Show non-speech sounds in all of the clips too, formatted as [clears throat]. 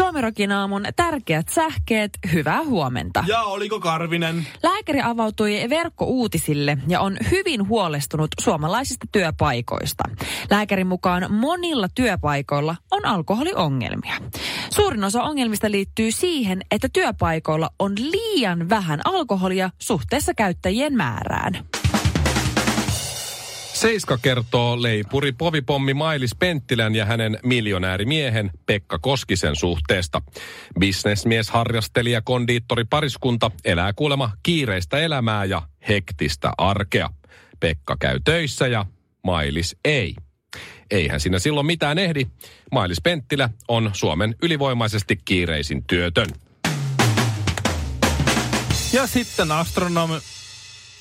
Suomirokin aamun tärkeät sähkeet, hyvää huomenta. Ja oliko Karvinen? Lääkäri avautui verkkouutisille ja on hyvin huolestunut suomalaisista työpaikoista. Lääkärin mukaan monilla työpaikoilla on alkoholiongelmia. Suurin osa ongelmista liittyy siihen, että työpaikoilla on liian vähän alkoholia suhteessa käyttäjien määrään. Seiska kertoo leipuri povipommi Mailis Penttilän ja hänen miljonäärimiehen Pekka Koskisen suhteesta. Bisnesmies, harrastelija, kondiittori, pariskunta elää kuulemma kiireistä elämää ja hektistä arkea. Pekka käy töissä ja Mailis ei. Eihän siinä silloin mitään ehdi. Mailis Penttilä on Suomen ylivoimaisesti kiireisin työtön. Ja sitten astronomi...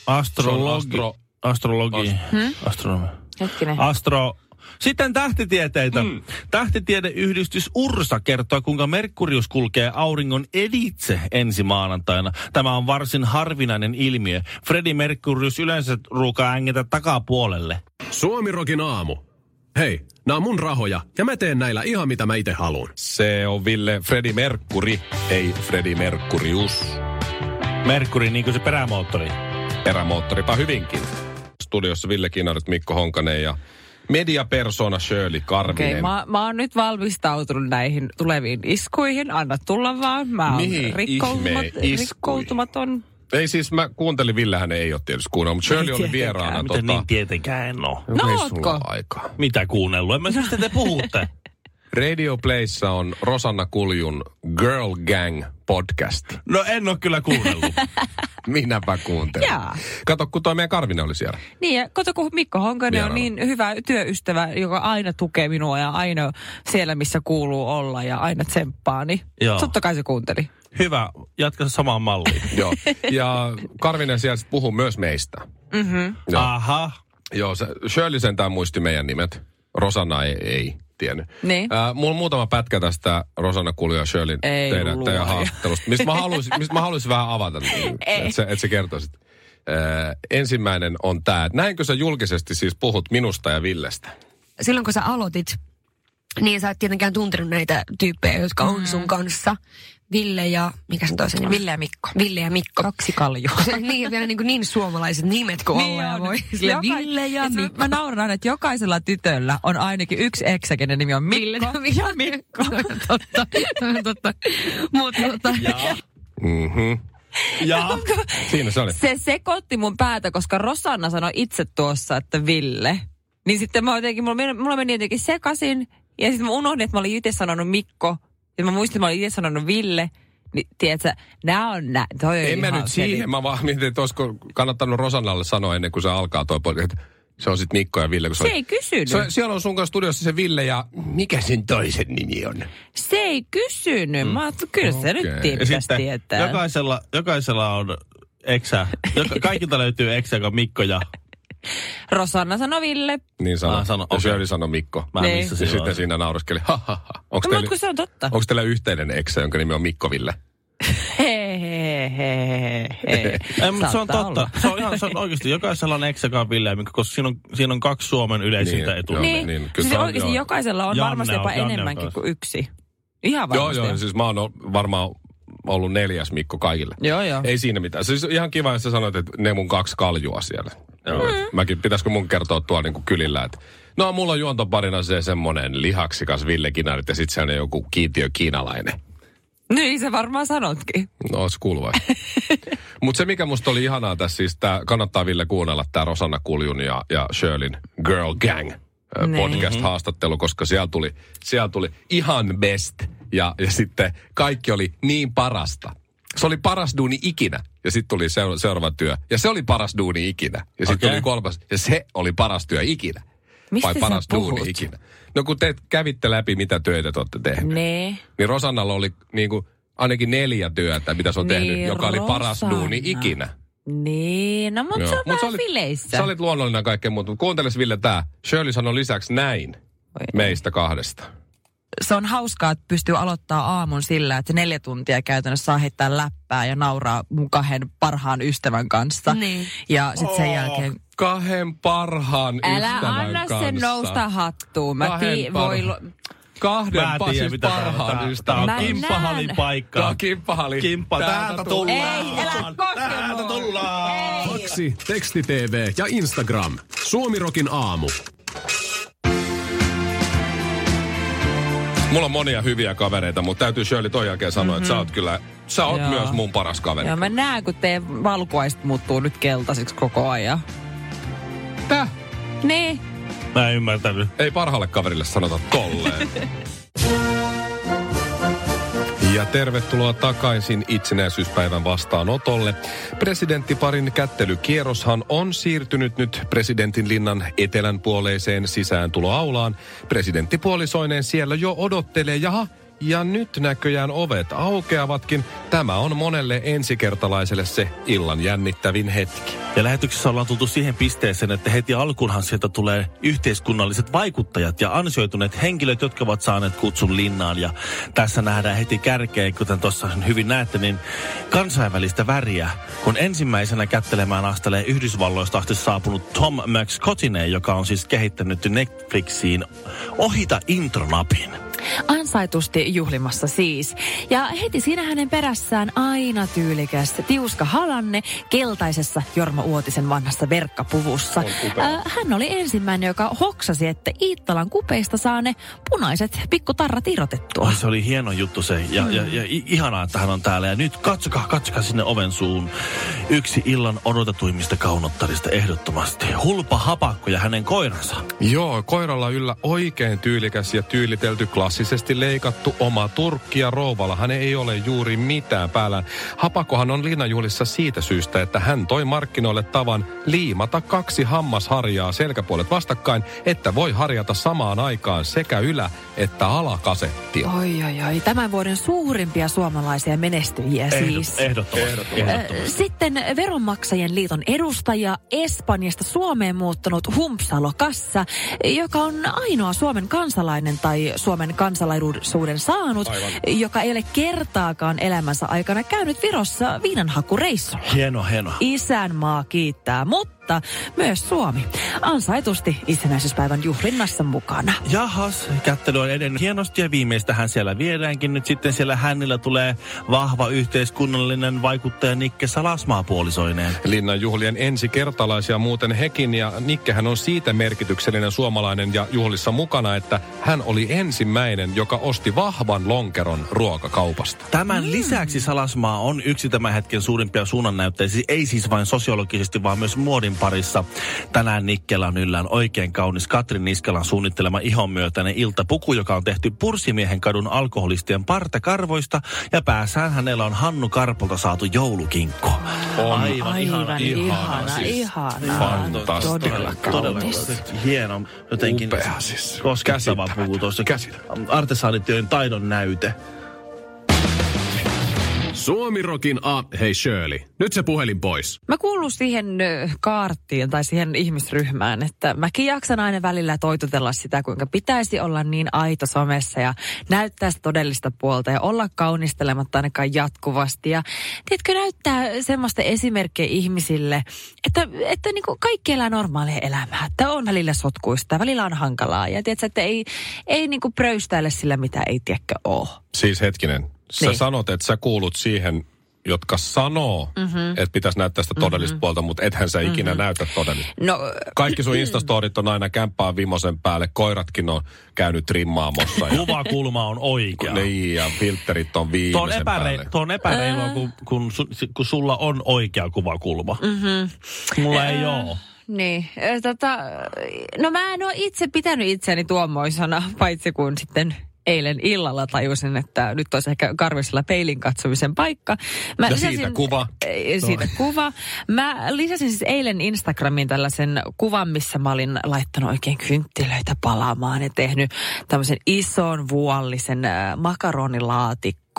Astrologi... astro- astrologi... Hmm? Astronomi... Hetkinen. Astro... Sitten tähtitieteitä. Mm. Tähtitiedeyhdistys Ursa kertoo, kuinka Merkurius kulkee auringon editse ensi maanantaina. Tämä on varsin harvinainen ilmiö. Freddy Merkurius yleensä ruukaa ängetä takapuolelle. Suomirokin aamu. Hei, nämä on mun rahoja ja mä teen näillä ihan mitä mä itse haluan. Se on Ville Freddy Merkuri, ei Freddy Merkurius. Merkuri, niin kuin se perämoottori. Erämoottoripa hyvinkin. Studiossa Ville Kinnarit, Mikko Honkanen ja mediapersona Shirley Karvinen. Okei, mä, mä oon nyt valmistautunut näihin tuleviin iskuihin. Anna tulla vaan. Mä oon Mihin rikkoutumat, ihmeen iskuihin? rikkoutumaton. Ei siis, mä kuuntelin, Villehän ei ole tietysti kuunnellut, mutta Shirley oli vieraana. Miten niin tietenkään en ole. No ei sulla ootko? ole aikaa. Mitä kuunnellut? En mä mistä te puhutte. Radio Playssa on Rosanna Kuljun Girl Gang podcast. No en ole kyllä [laughs] kuunnellut. Minäpä kuuntelin. Jaa. Kato, kun toi meidän Karvinen oli siellä. Niin, ja kato, kun Mikko Honkanen on Vieraana. niin hyvä työystävä, joka aina tukee minua ja aina siellä, missä kuuluu olla ja aina tsemppaa, niin Joo. totta kai se kuunteli. Hyvä, jatka samaan [laughs] malliin. Joo. Ja Karvinen siellä sit puhuu myös meistä. Mm-hmm. Joo. Aha. Joo, se, Shirley sentään muisti meidän nimet. Rosanna ei, ei tiennyt. Niin. Äh, mulla on muutama pätkä tästä Rosanna Kulja ja Shirley Ei teidän, luoja. teidän haastattelusta, mistä mä haluaisin, mistä mä haluaisin vähän avata, niin, Ei. että sä, et sä kertoisit. Äh, ensimmäinen on tämä, näinkö sä julkisesti siis puhut minusta ja Villestä? silloin kun sä aloitit, niin sä et tietenkään tuntenut näitä tyyppejä, jotka on sun kanssa. Ville ja, mikä sen toisen nimi? Mm. Ville ja Mikko. Ville ja Mikko. Kaksi kaljua. niin, ja vielä niin, kuin niin suomalaiset nimet kuin niin ollaan voi. Sille Joka- Ville ja Et mä- Mikko. Mä nauran, että jokaisella tytöllä on ainakin yksi eksä, kenen nimi on Mikko. Ville ja Mikko. [laughs] totta, toi on [laughs] totta. Mutta tota, Mm-hmm. [laughs] Ja Siinä se oli. se sekoitti mun päätä, koska Rosanna sanoi itse tuossa, että Ville. Niin sitten mä jotenkin, mulla meni, mulla meni jotenkin sekasin. Ja sitten mä unohdin, että mä olin itse sanonut Mikko. Ja mä muistin, että mä olin itse sanonut Ville. Niin, tiedätkö, nää on nää. Toi on En mä ihan nyt seli- siihen, mä vaan mietin, että olisiko kannattanut Rosannalle sanoa ennen kuin se alkaa toi podcast, että se on sit Mikko ja Ville. Kun Se ei kysynyt. Se, siellä on sun kanssa studiossa se Ville ja mikä sen toisen nimi on? Se ei kysynyt. Mä ajattelin, kyllä se nyt Okei. tie- Ja pitäisi sitten tietää. jokaisella, jokaisella on eksä. [laughs] Joka, kaikilta löytyy eksä, joka on Mikko ja... Rosanna sanoi Ville. Niin sano. Ah, sano, ja okei. Shirley sanoi Mikko. Mä Niin. niin. missä Ja sitten siinä naureskeli. Ha, ha, ha. Onko No, mutta kun se on totta. Onko teillä yhteinen eksä, jonka nimi on Mikko Ville? Hei, hei, hei, hei, hei. Ei, mutta se on Saattaa totta. olla. Se on ihan se on oikeasti. Jokaisella on eksä, joka on Ville ja Mikko, koska siinä on, siinä on kaksi Suomen yleisintä Niin, etua. joo. Niin, niin, niin kyllä siis se on, oikeasti joo. jokaisella on Janne varmasti on- jopa Janne on enemmänkin taas. kuin yksi. Ihan Joo, varmasti. joo. Siis mä oon o- varmaan ollut neljäs Mikko kaikille. Joo, joo. Ei siinä mitään. Siis ihan kiva, jos sä sanoit, että ne mun kaksi kaljua siellä. Joo. Mäkin, pitäisikö mun kertoa tuolla niinku kylillä, että no mulla on juontoparina se semmonen lihaksikas Ville Kinarit ja sit se on joku kiintiö kiinalainen. Niin sä varmaan sanotkin. No, ois [laughs] kuuluva. Mutta se, mikä musta oli ihanaa tässä, siis tää, kannattaa Ville kuunnella tämä Rosanna Kuljun ja, ja Shirlin Girl Gang ö, Niin. podcast-haastattelu, koska siellä tuli, siellä tuli ihan best ja, ja sitten kaikki oli niin parasta. Se oli paras duuni ikinä ja sitten tuli seura- seuraava työ ja se oli paras duuni ikinä ja sitten Okei. tuli kolmas ja se oli paras työ ikinä. Mistä Vai sä paras puhut? duuni ikinä. No kun te kävitte läpi, mitä töitä te olette tehneet Ne. niin Rosannalla oli niin kuin ainakin neljä työtä, mitä se on Niin, tehnyt, joka oli paras Rosanna. duuni ikinä. Niin, no mutta Joo. se on Mut sä vähän olit- fileissä. Sä olit luonnollinen kaikkeen muuta, mutta kuunteles Ville tää. Shirley sanoi lisäksi näin. meistä kahdesta. Se on hauskaa, että pystyy aloittaa aamun sillä, että neljä tuntia käytännössä saa heittää läppää ja nauraa mun kahden parhaan ystävän kanssa. Niin. Ja sitten sen jälkeen... Kahden parhaan Älä Oh, ystävän anna kanssa. sen nousta hattuun. Mä Kahden tii, parha- voi... lu- Kahden Mä en pa- tiedä, siis mitä tää on. Tää- parhaan tää ystävän. on Mä kimppahalin näen. paikka. Tää on kimppahali. Kimppa, täältä tullaan. Ei, älä koske Täältä mua. tullaan. Faksi, Teksti TV ja Instagram. Suomirokin aamu. Mulla on monia hyviä kavereita, mutta täytyy Shirley ton jälkeen sanoa, mm-hmm. että sä oot kyllä, sä oot Joo. myös mun paras kaveri. Joo, mä näen, kun teidän valkuaiset muuttuu nyt keltaisiksi koko ajan. Tää? Niin. Mä en ymmärtänyt. Ei parhaalle kaverille sanota tolleen. Ja tervetuloa takaisin itsenäisyyspäivän vastaanotolle. Presidenttiparin kättelykierroshan on siirtynyt nyt presidentin linnan etelänpuoleiseen sisääntuloaulaan. Presidenttipuolisoineen siellä jo odottelee, jaha, ja nyt näköjään ovet aukeavatkin. Tämä on monelle ensikertalaiselle se illan jännittävin hetki. Ja lähetyksessä ollaan tultu siihen pisteeseen, että heti alkuunhan sieltä tulee yhteiskunnalliset vaikuttajat ja ansioituneet henkilöt, jotka ovat saaneet kutsun linnaan. Ja tässä nähdään heti kärkeen, kuten tuossa hyvin näette, niin kansainvälistä väriä, kun ensimmäisenä kättelemään astelee Yhdysvalloista asti saapunut Tom McScottinen, joka on siis kehittänyt Netflixiin ohita intronapin. Ansaitusti juhlimassa siis. Ja heti siinä hänen perässään aina tyylikäs Tiuska Halanne keltaisessa Jorma Uotisen vanhassa verkkapuvussa. Äh, hän oli ensimmäinen, joka hoksasi, että Iittalan kupeista saa ne punaiset pikkutarrat irrotettua. Oi, se oli hieno juttu se. Ja, ja, ja i- ihanaa, että hän on täällä. Ja nyt katsokaa, katsokaa sinne oven suun. Yksi illan odotetuimmista kaunottarista ehdottomasti. Hulpa Hapakko ja hänen koiransa. Joo, koiralla yllä oikein tyylikäs ja tyylitelty klassisesti leikattu oma turkki ja rouvalla. Hän ei ole juuri mitään päällä. Hapakohan on linnanjuhlissa siitä syystä, että hän toi markkinoille tavan liimata kaksi hammasharjaa selkäpuolet vastakkain, että voi harjata samaan aikaan sekä ylä- että alakasettia. Oi, oi, oi. Tämän vuoden suurimpia suomalaisia menestyjiä siis. ehdottomasti. ehdottomasti. Sitten veronmaksajien liiton edustaja Espanjasta Suomeen muuttanut Humpsalo Kassa, joka on ainoa Suomen kansalainen tai Suomen kansalaisuuden saanut, Aivan. joka ei ole kertaakaan elämänsä aikana käynyt Virossa viinanhakureissulla. Hieno, hieno. Isänmaa kiittää, mutta myös Suomi ansaitusti itsenäisyyspäivän juhlinnassa mukana. Jahas, kättely on edennyt hienosti ja viimeistähän siellä viedäänkin. Nyt sitten siellä hänillä tulee vahva yhteiskunnallinen vaikuttaja Nikke Salasmaa puolisoineen. Linnanjuhlien ensikertalaisia muuten hekin ja Nikkehän on siitä merkityksellinen suomalainen ja juhlissa mukana, että hän oli ensimmäinen, joka osti vahvan lonkeron ruokakaupasta. Tämän mm. lisäksi Salasmaa on yksi tämän hetken suurimpia suunnannäyttäjiä, Siis ei siis vain sosiologisesti, vaan myös muodin parissa. Tänään Nikkellä on yllään oikein kaunis Katrin Niskalan suunnittelema ihonmyötäinen iltapuku, joka on tehty Pursimiehen kadun alkoholistien partakarvoista, ja päässään hänellä on Hannu Karpolta saatu joulukinkku. On. Aivan, ihana. Aivan ihanaa, ihana, siis. ihana. Fantastinen. Todella Todella kaunis. hieno, jotenkin Upea siis. koskettava Käsittämätön. puku tuossa. Käsittämätön. Artesaanityön taidon näyte. Suomirokin a... Hei Shirley, nyt se puhelin pois. Mä kuulun siihen ö, kaartiin tai siihen ihmisryhmään, että mäkin jaksan aina välillä toitotella sitä, kuinka pitäisi olla niin aito somessa ja näyttää sitä todellista puolta ja olla kaunistelematta ainakaan jatkuvasti. Ja tiedätkö, näyttää semmoista esimerkkejä ihmisille, että, että niin kaikki elää normaalia elämää. Että on välillä sotkuista, välillä on hankalaa ja tiedätkö, että ei, ei niin pröystäile sillä, mitä ei tiedäkö ole. Siis hetkinen, sä Niin. sanot, että sä kuulut siihen, jotka sanoo, mm-hmm. että pitäisi näyttää sitä todellista mm-hmm. puolta, mutta ethän sä ikinä mm-hmm. näytä todellista. No, Kaikki sun instastorit on aina kämppään vimosen päälle, koiratkin on käynyt [clears throat] trimmaamossa. Ja, Kuvakulma on oikea. niin, ja filterit on Tuo on, viimeisen päälle. epärei, tuo on epäreilua, kun, kun, su, kun sulla on oikea kuvakulma. Mm-hmm. Mhm. Mulla ei ole. Niin, ö, tota, no mä en ole itse pitänyt itseäni tuommoisena, paitsi kun sitten eilen illalla tajusin, että nyt olisi ehkä karvisella peilin katsomisen paikka. Mä Ja siitä kuva. Ei, Siitä kuva. Mä lisäsin siis eilen Instagramiin tällaisen kuvan, missä mä olin laittanut oikein kynttilöitä palaamaan ja tehnyt tämmöisen ison vuollisen äh, makaronilaatikon kaksikkoa.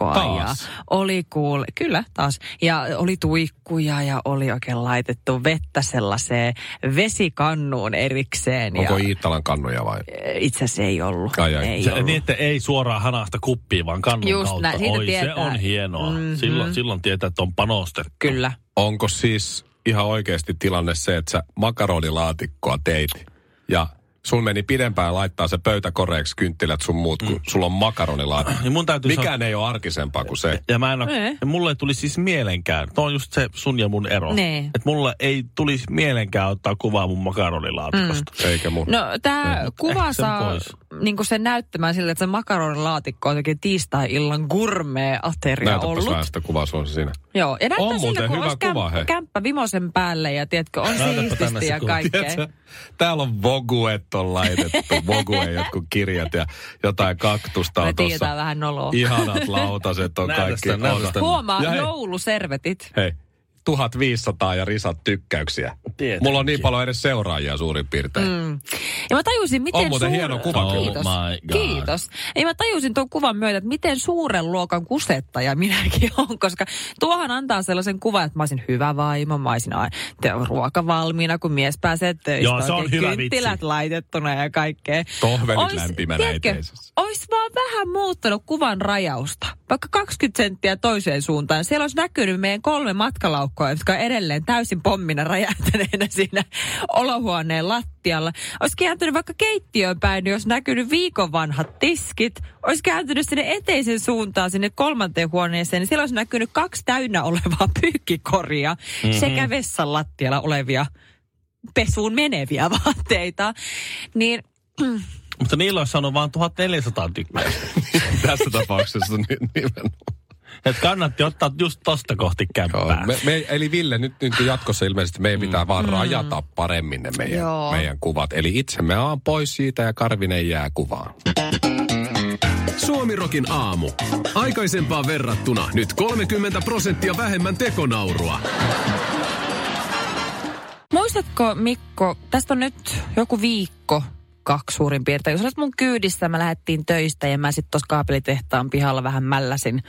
Taas. Ja oli kuule, kyllä taas. Ja oli tuikkuja ja oli oikein laitettu vettä sellaiseen vesikannuun erikseen. Onko Niin ja, Iittalan kannuja vai? itse asiassa ei ollut. Ai, ai. Ei Se, ollut. niin, että ei suoraan hanasta kuppiin, vaan kannun Just kautta. näin, siitä Oi, se tietää. on hienoa. Mhm. Mm-hmm. Silloin, silloin tietää, että on panostettu. Kyllä. Onko siis ihan oikeasti tilanne se, että sä makaronilaatikkoa teit ja sun meni pidempään laittaa se pöytäkoreeksi kynttilät sun muut, Mm. kun sulla on makaronilaatikko. Niin mun täytyy sanoa- Mikään ei ole arkisempaa kuin se. Ja mä en ole, Ei. ja mulle ei tuli siis mielenkään, tuo on just se sun ja mun ero. Niin. Että mulle ei tulisi mielenkään ottaa kuvaa mun makaronilaatikosta. Mm. Eikä mun. No tämä Ei, kuva sen saa pois. niinku sen näyttämään sille, että se makaronilaatikko on jotenkin tiistai-illan gourmet-ateria Näytäpäs ollut. vähän sitä kuvaa, se on se [laughs] siinä. Joo, ja näyttää On siltä, muuten kun hyvä olisi kuva, hei. kämp- kämppä vimosen päälle ja tiedätkö, on Näytäpä siististi tämmöistä ja kuvaa. kaikkea. Tiedätkö, täällä on voguet on laitettu, voguet jotkut kirjat ja jotain kaktusta Me on tiedetään tuossa. vähän noloa. Ihanat lautaset on Näytä kaikki. sitä, näytä Oota. sitä. Huomaa, Ja hei, jouluservetit. Hei, 1500 ja risat tykkäyksiä. Tietenkin. Mulla on niin paljon edes seuraajia suurin piirtein. Mm. Ja mä tajusin, miten On muuten suur... hieno kuva kyllä. Kiitos. Oh my God. Kiitos. Ja mä tajusin tuon kuvan myötä, että miten suuren luokan kusettaja minäkin [laughs] on, koska tuohan antaa sellaisen kuvan, että mä olisin hyvä vaimo, mä olisin ai- te- ruoka valmiina, kun mies pääsee töistä. Joo, se on oikein hyvä vitsi. kynttilät laitettuna ja kaikkea. Tohvelit Ois- lämpimänä tiedätkö, eteisessä. Ois vaan vähän muuttanut kuvan rajausta. Vaikka 20 senttiä toiseen suuntaan. Siellä olisi näkynyt meidän kolme matkalaukkoa, jotka on edelleen täysin pommina räjähtäneenä [laughs] siinä olohuoneen lattialla. Olisi kääntynyt vaikka keittiöön päin, niin olisi näkynyt viikon vanhat tiskit. Olisi kääntynyt sinne eteisen suuntaan, sinne kolmanteen huoneeseen. Niin siellä olisi näkynyt kaksi täynnä olevaa [laughs] pyykkikoria Mhm. sekä vessan lattialla olevia pesuun meneviä [laughs] vaatteita. Niin Mutta niillä olisi saanut vaan 1400 tykkäystä. [laughs] Tässä tapauksessa ni- nimenomaan. Et kannatti ottaa just tosta kohti kämppää. Joo. Me, me, eli Ville, nyt, nyt jatkossa ilmeisesti meidän pitää vaan rajata paremmin ne meidän, Joo. meidän kuvat. Eli itsemme on pois siitä ja Karvinen jää kuvaan. Suomirokin aamu. Aikaisempaan verrattuna nyt 30 prosenttia vähemmän tekonaurua. Muistatko Mikko, tästä on nyt joku viikko, kaksi suurin piirtein. Jos olet mun kyydissä, mä lähdettiin töistä ja mä sitten tuossa kaapelitehtaan pihalla vähän mälläsin.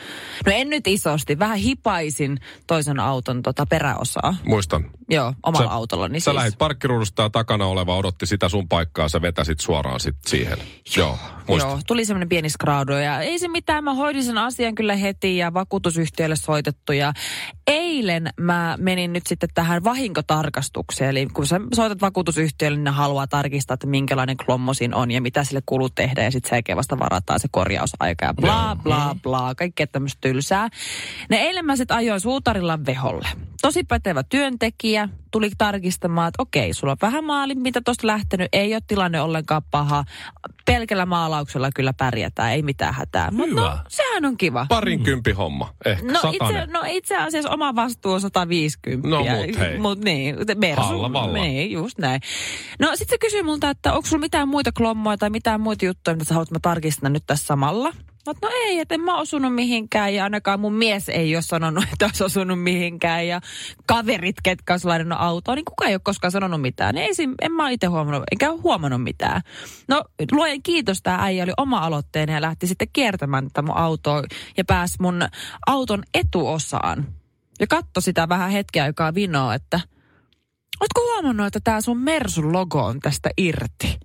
No en nyt isosti, vähän hipaisin toisen auton tota peräosaa. Muistan. Joo, omalla autolla. Niin sä siis. lähit parkkiruudusta ja takana oleva odotti sitä sun paikkaa, sä vetäsit suoraan sit siihen. Joo, muistan. Joo, tuli semmoinen pieni skraado ja ei se mitään, mä hoidin sen asian kyllä heti ja vakuutusyhtiölle soitettu ja eilen mä menin nyt sitten tähän vahinkotarkastukseen, eli kun sä soitat vakuutusyhtiölle, niin ne haluaa tarkistaa, että minkälainen klommo siinä on ja mitä sille kulut tehdään ja sitten sen jälkeen vasta varataan se korjausaika ja bla bla Mm-hmm. bla, kaikkea tämmöistä tylsää. Ne eilen mä sitten ajoin suutarillan veholle. Tosi pätevä työntekijä, tuli tarkistamaan, että okei, sulla on vähän maalin, mitä tuosta lähtenyt, ei ole tilanne ollenkaan paha. Pelkällä maalauksella kyllä pärjätään, ei mitään hätää. Mutta no, Hyvä. sehän on kiva. Parin kympi homma, ehkä No itse, satanen. no itse asiassa oma vastuu on 150. No mut hei. Mut niin, te- Mersu. Halvalla. Niin, just näin. No sitten se kysyi multa, että onko sulla mitään muita klommoja tai mitään muita juttuja, mitä sä haluat, että mä tarkistan nyt tässä samalla. Mut no ei, että en mä osunut mihinkään ja ainakaan mun mies ei ole sanonut, [laughs] että olisi osunut mihinkään. Ja kaverit, ketkä olisi lainannut autoa, niin kukaan ei ole koskaan sanonut mitään. Niin Ei, siinä- en mä itse huomannut, enkä ole huomannut mitään. No luojen kiitos, tämä äijä oli oma aloitteinen ja lähti sitten kiertämään tätä mun autoa ja pääsi mun auton etuosaan. Ja katsoi sitä vähän hetken aikaa vinoa, että Ootko huomannut, että tämä sun Mersun logo on tästä irti?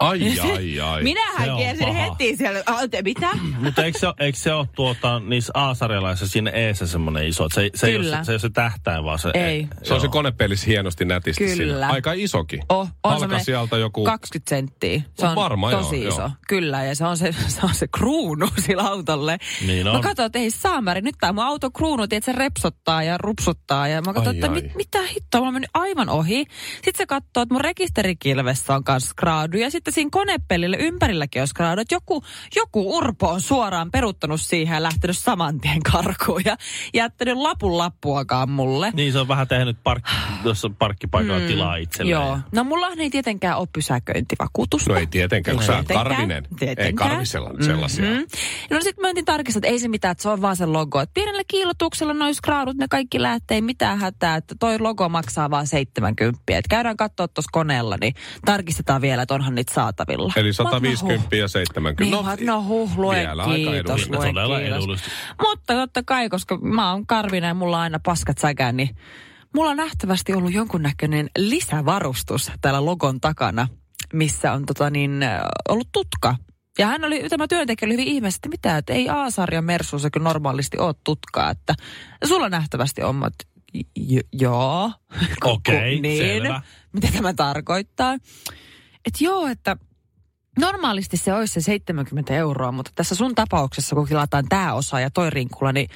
Ai, [laughs] ai, ai. se Minähän on kiersin paha. heti siellä. Ah, te- Mitä? Mutta eikö se, eikö se ole tuota, niissä aasarjalaisissa siinä eessä semmoinen iso, että se, se, ei ole, Kyllä. se, se ei ole se tähtäin, vaan se... Ei. Se on se konepelis hienosti nätisti Kyllä. siinä. Aika isokin. Oh, on Alkaa semmoinen sieltä joku... 20 senttiä. Se on Varmaan joo, tosi joo. iso. Kyllä, ja se on se, [laughs] se, on se kruunu [laughs] sillä autolle. Niin Mä on. katsoin, että ei saamari, nyt tämä mun auto kruunu, tiedät, se repsottaa ja rupsuttaa. Ja mä katsoin, Ai, että ai. mit, mitä hittoa, mä oon mennyt aivan ohi. Sitten se katsoo, että mun rekisterikilvessä on kanssa skraadu. Ja sitten siinä konepellille ympärilläkin on skraadu. Että joku, joku urpo on suoraan peruttanut siihen ja lähtenyt saman tien karkuun. Ja jättänyt lapun lappuakaan mulle. Niin se on vähän tehnyt parkki, tuossa parkkipaikalla mm. tilaa itselleen. Joo. No mullahan ei tietenkään ole pysäköintivakuutusta. No ei tietenkään, kun Ei sä oot tietenkään. karvinen. Ei Tietenkään. karvisella nyt sellaisia. Mm. No sitten mä entin tarkistaa, että ei se mitään, että se on vaan se logo. Et pienellä kiilotuksella noin skraudut, ne kaikki lähtee, ei mitään hätää, että toi logo maksaa vaan 70. Et käydään katsoa tuossa koneella, niin tarkistetaan vielä, että onhan niitä saatavilla. Eli Mut no 150 huh. ja 70. Niin, no, no huh, lue vielä aika kiitos, edullista. lue Todella kiitos. edullista. Mutta totta kai, koska mä oon karvinen ja mulla on aina paskat säkään, niin mulla on nähtävästi ollut jonkunnäköinen lisävarustus täällä logon takana, missä on tota niin, äh, ollut tutka. Ja hän oli, tämä työntekijä oli hyvin ihmeessä, että mitä, että ei A-sarjan mersuissa kun normaalisti ole tutkaa, että sulla nähtävästi on, mä oot, j- joo. [laughs] Okei, Kun- niin. selvä. Mitä tämä tarkoittaa? Että joo, että Normaalisti se olisi se 70 euroa, mutta tässä sun tapauksessa, kun tilataan tämä osa ja toi rinkula, niin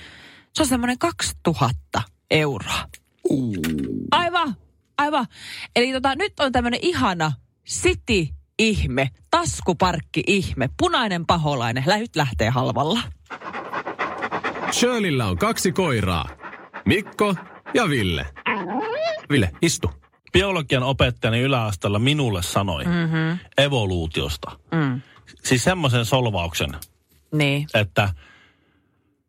se on semmoinen 2000 euroa. Aivan, aivan. Eli tota, nyt on tämmöinen ihana city-ihme, taskuparkki-ihme, punainen paholainen. Lä- Nyt lähtee halvalla. no. Shirleyllä on kaksi koiraa. Mikko ja Ville. Ville, istu. biologian opettajani yläasteella minulle sanoi mm-hmm. evoluutiosta. Mm. Siis semmoisen solvauksen, Niin, että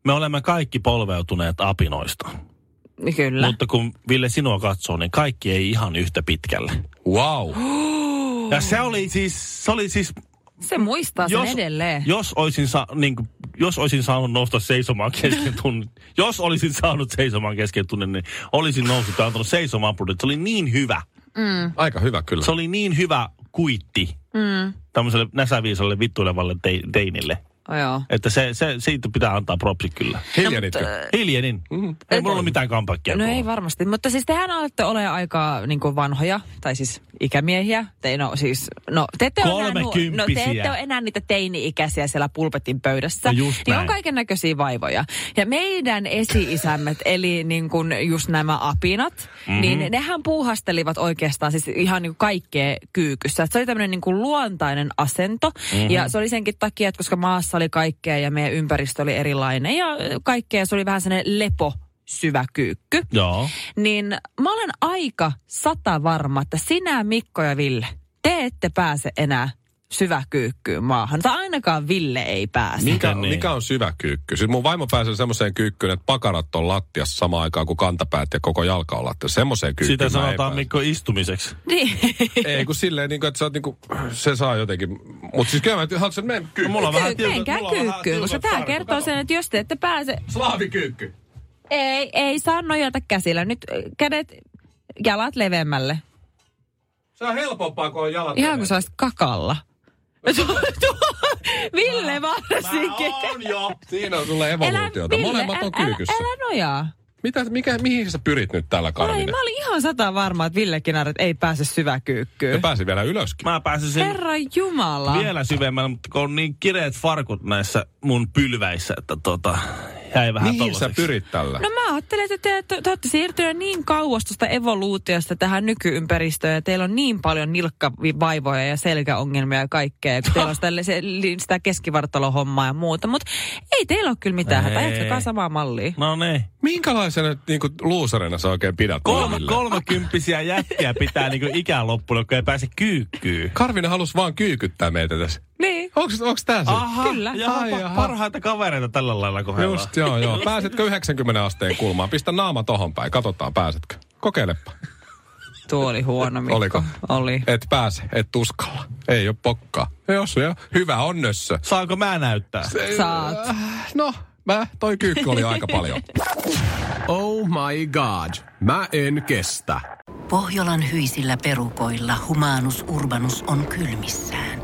me olemme kaikki polveutuneet apinoista. kyllä. Mutta kun Ville sinua katsoo, niin kaikki ei ihan yhtä pitkälle. Wow. Mm. Ja se oli siis, se oli siis se muistaa sen edelleen. Jos olisin, sa, niin kuin, jos olisin saanut nousta seisomaan kesken [laughs] tunnin, jos olisin saanut seisomaan kesken tunnin, niin olisin noussut ja antanut seisomaan aplodit. Se oli niin hyvä. Aika hyvä kyllä. Se oli niin hyvä kuitti Mm. tämmöiselle näsäviisalle vittuilevalle te, teinille. Oh, joo. Että se, se, siitä pitää antaa propsi kyllä. Hiljenitkö? Hiljenin. Mm. Ei mulla ollut mitään kampakkia. No tuolla. ei varmasti, mutta siis tehän olette ole aika niin kuin vanhoja, tai siis ikämiehiä. Te, no, siis, no, te ette ole enää, nu- no, te ette Kolmekymppisiä. ole enää niitä teini-ikäisiä siellä pulpetin pöydässä. No just niin näin. on kaiken näköisiä vaivoja. Ja meidän esi-isämmät, [laughs] eli niin kuin just nämä apinat, Mhm. mm-hmm. niin nehän puuhastelivat oikeastaan siis ihan niin kuin kaikkea kyykyssä. Et se oli tämmöinen niin kuin luontainen asento. Mm-hmm. Mhm. Ja se oli senkin takia, että koska maassa oli kaikkea ja meidän ympäristö oli erilainen ja kaikkea, se oli vähän sellainen lepo syvä kyykky Joo. niin mä olen aika sata varma, että sinä Mikko ja Ville, te ette pääse enää syväkyykkyyn maahan. Tai ainakaan Ville ei pääse. Mikä, Miten niin? mikä on syvä kyykky? Siis mun vaimo pääsee semmoiseen kyykkyyn, että pakarat on lattiassa samaan aikaan kuin kantapäät ja koko jalka on lattiassa. Semmoiseen kyykkyyn Sitä mä en sanotaan pääse. Mikko istumiseksi. Niin. Ei kun silleen, niin kuin, että sä oot, niin kuin, se saa jotenkin. Mutta siis kyllä mä haluan sen mennä kyykkyyn. No, Mulla on vähän Kyy- Menkää mulla on vähän kyykkyyn, koska tiukat tämä sarvet. kertoo sen, että jos te ette pääse, slaavikyykky. ei, ei saa nojata käsillä. Nyt ö, kädet, jalat leveämmälle. Se on helpompaa, kun on jalat. Ihan kuin sä olisit [laughs] kakalla. Tuo- tuo- Ville varsinkin. Mä oon jo. Siinä on sulle evoluutiota. Ville, Molemmat on älä, kyykyssä. älä, älä nojaa. Mitä, mikä, mihin sä pyrit nyt tällä Ai, karvinen? mä olin ihan sata varma, että Ville Kinaret ei pääse syväkyykkyyn. Ja pääsi vielä ylöskin. Mä pääsisin Herra Jumala. Niin. vielä syvemmälle, mutta kun on niin kireet farkut näissä mun pylväissä, että tota, jäi vähän Mihin sä tollaseksi. pyrit tällä? No mä ajattelen, että te, te, te olette siirtyneet niin kauas tuosta evoluutiosta tähän nykyympäristöön ja teillä on niin paljon nilkkavaivoja ja selkäongelmia ja kaikkea. Kun teillä on sitä, se, li- sitä keskivartalohommaa ja muuta, mutta ei teillä ole kyllä mitään hätää. Ei. Jatkakaa samaa mallia. No niin. Minkälaisena niin kuin, luuserina sä oikein pidät? Kolme, Ville? kolmekymppisiä jätkiä pitää niinku ikään loppuun, kun ei pääse kyykkyyn. Karvinen halusi vaan kyykyttää meitä tässä. Niin. Onks, onks tää se? Kyllä. Jaha, Ai, pa- jaha. Parhaita kavereita tällä lailla kohdellaan. Just, joo, joo. Pääsetkö 90 asteen kulmaan? Pistä naama tohon päin. Katsotaan, pääsetkö. Kokeilepa. Tuo oli huono, Mikko. Oliko? Oli. Et pääse, et uskalla. Ei oo pokkaa. Jos, joo. Hyvä on nössö. Saanko mä näyttää? Se. Saat. No, mä, toi kyykky oli aika paljon. Oh my god, mä en kestä. Pohjolan hyisillä perukoilla humanus urbanus on kylmissään.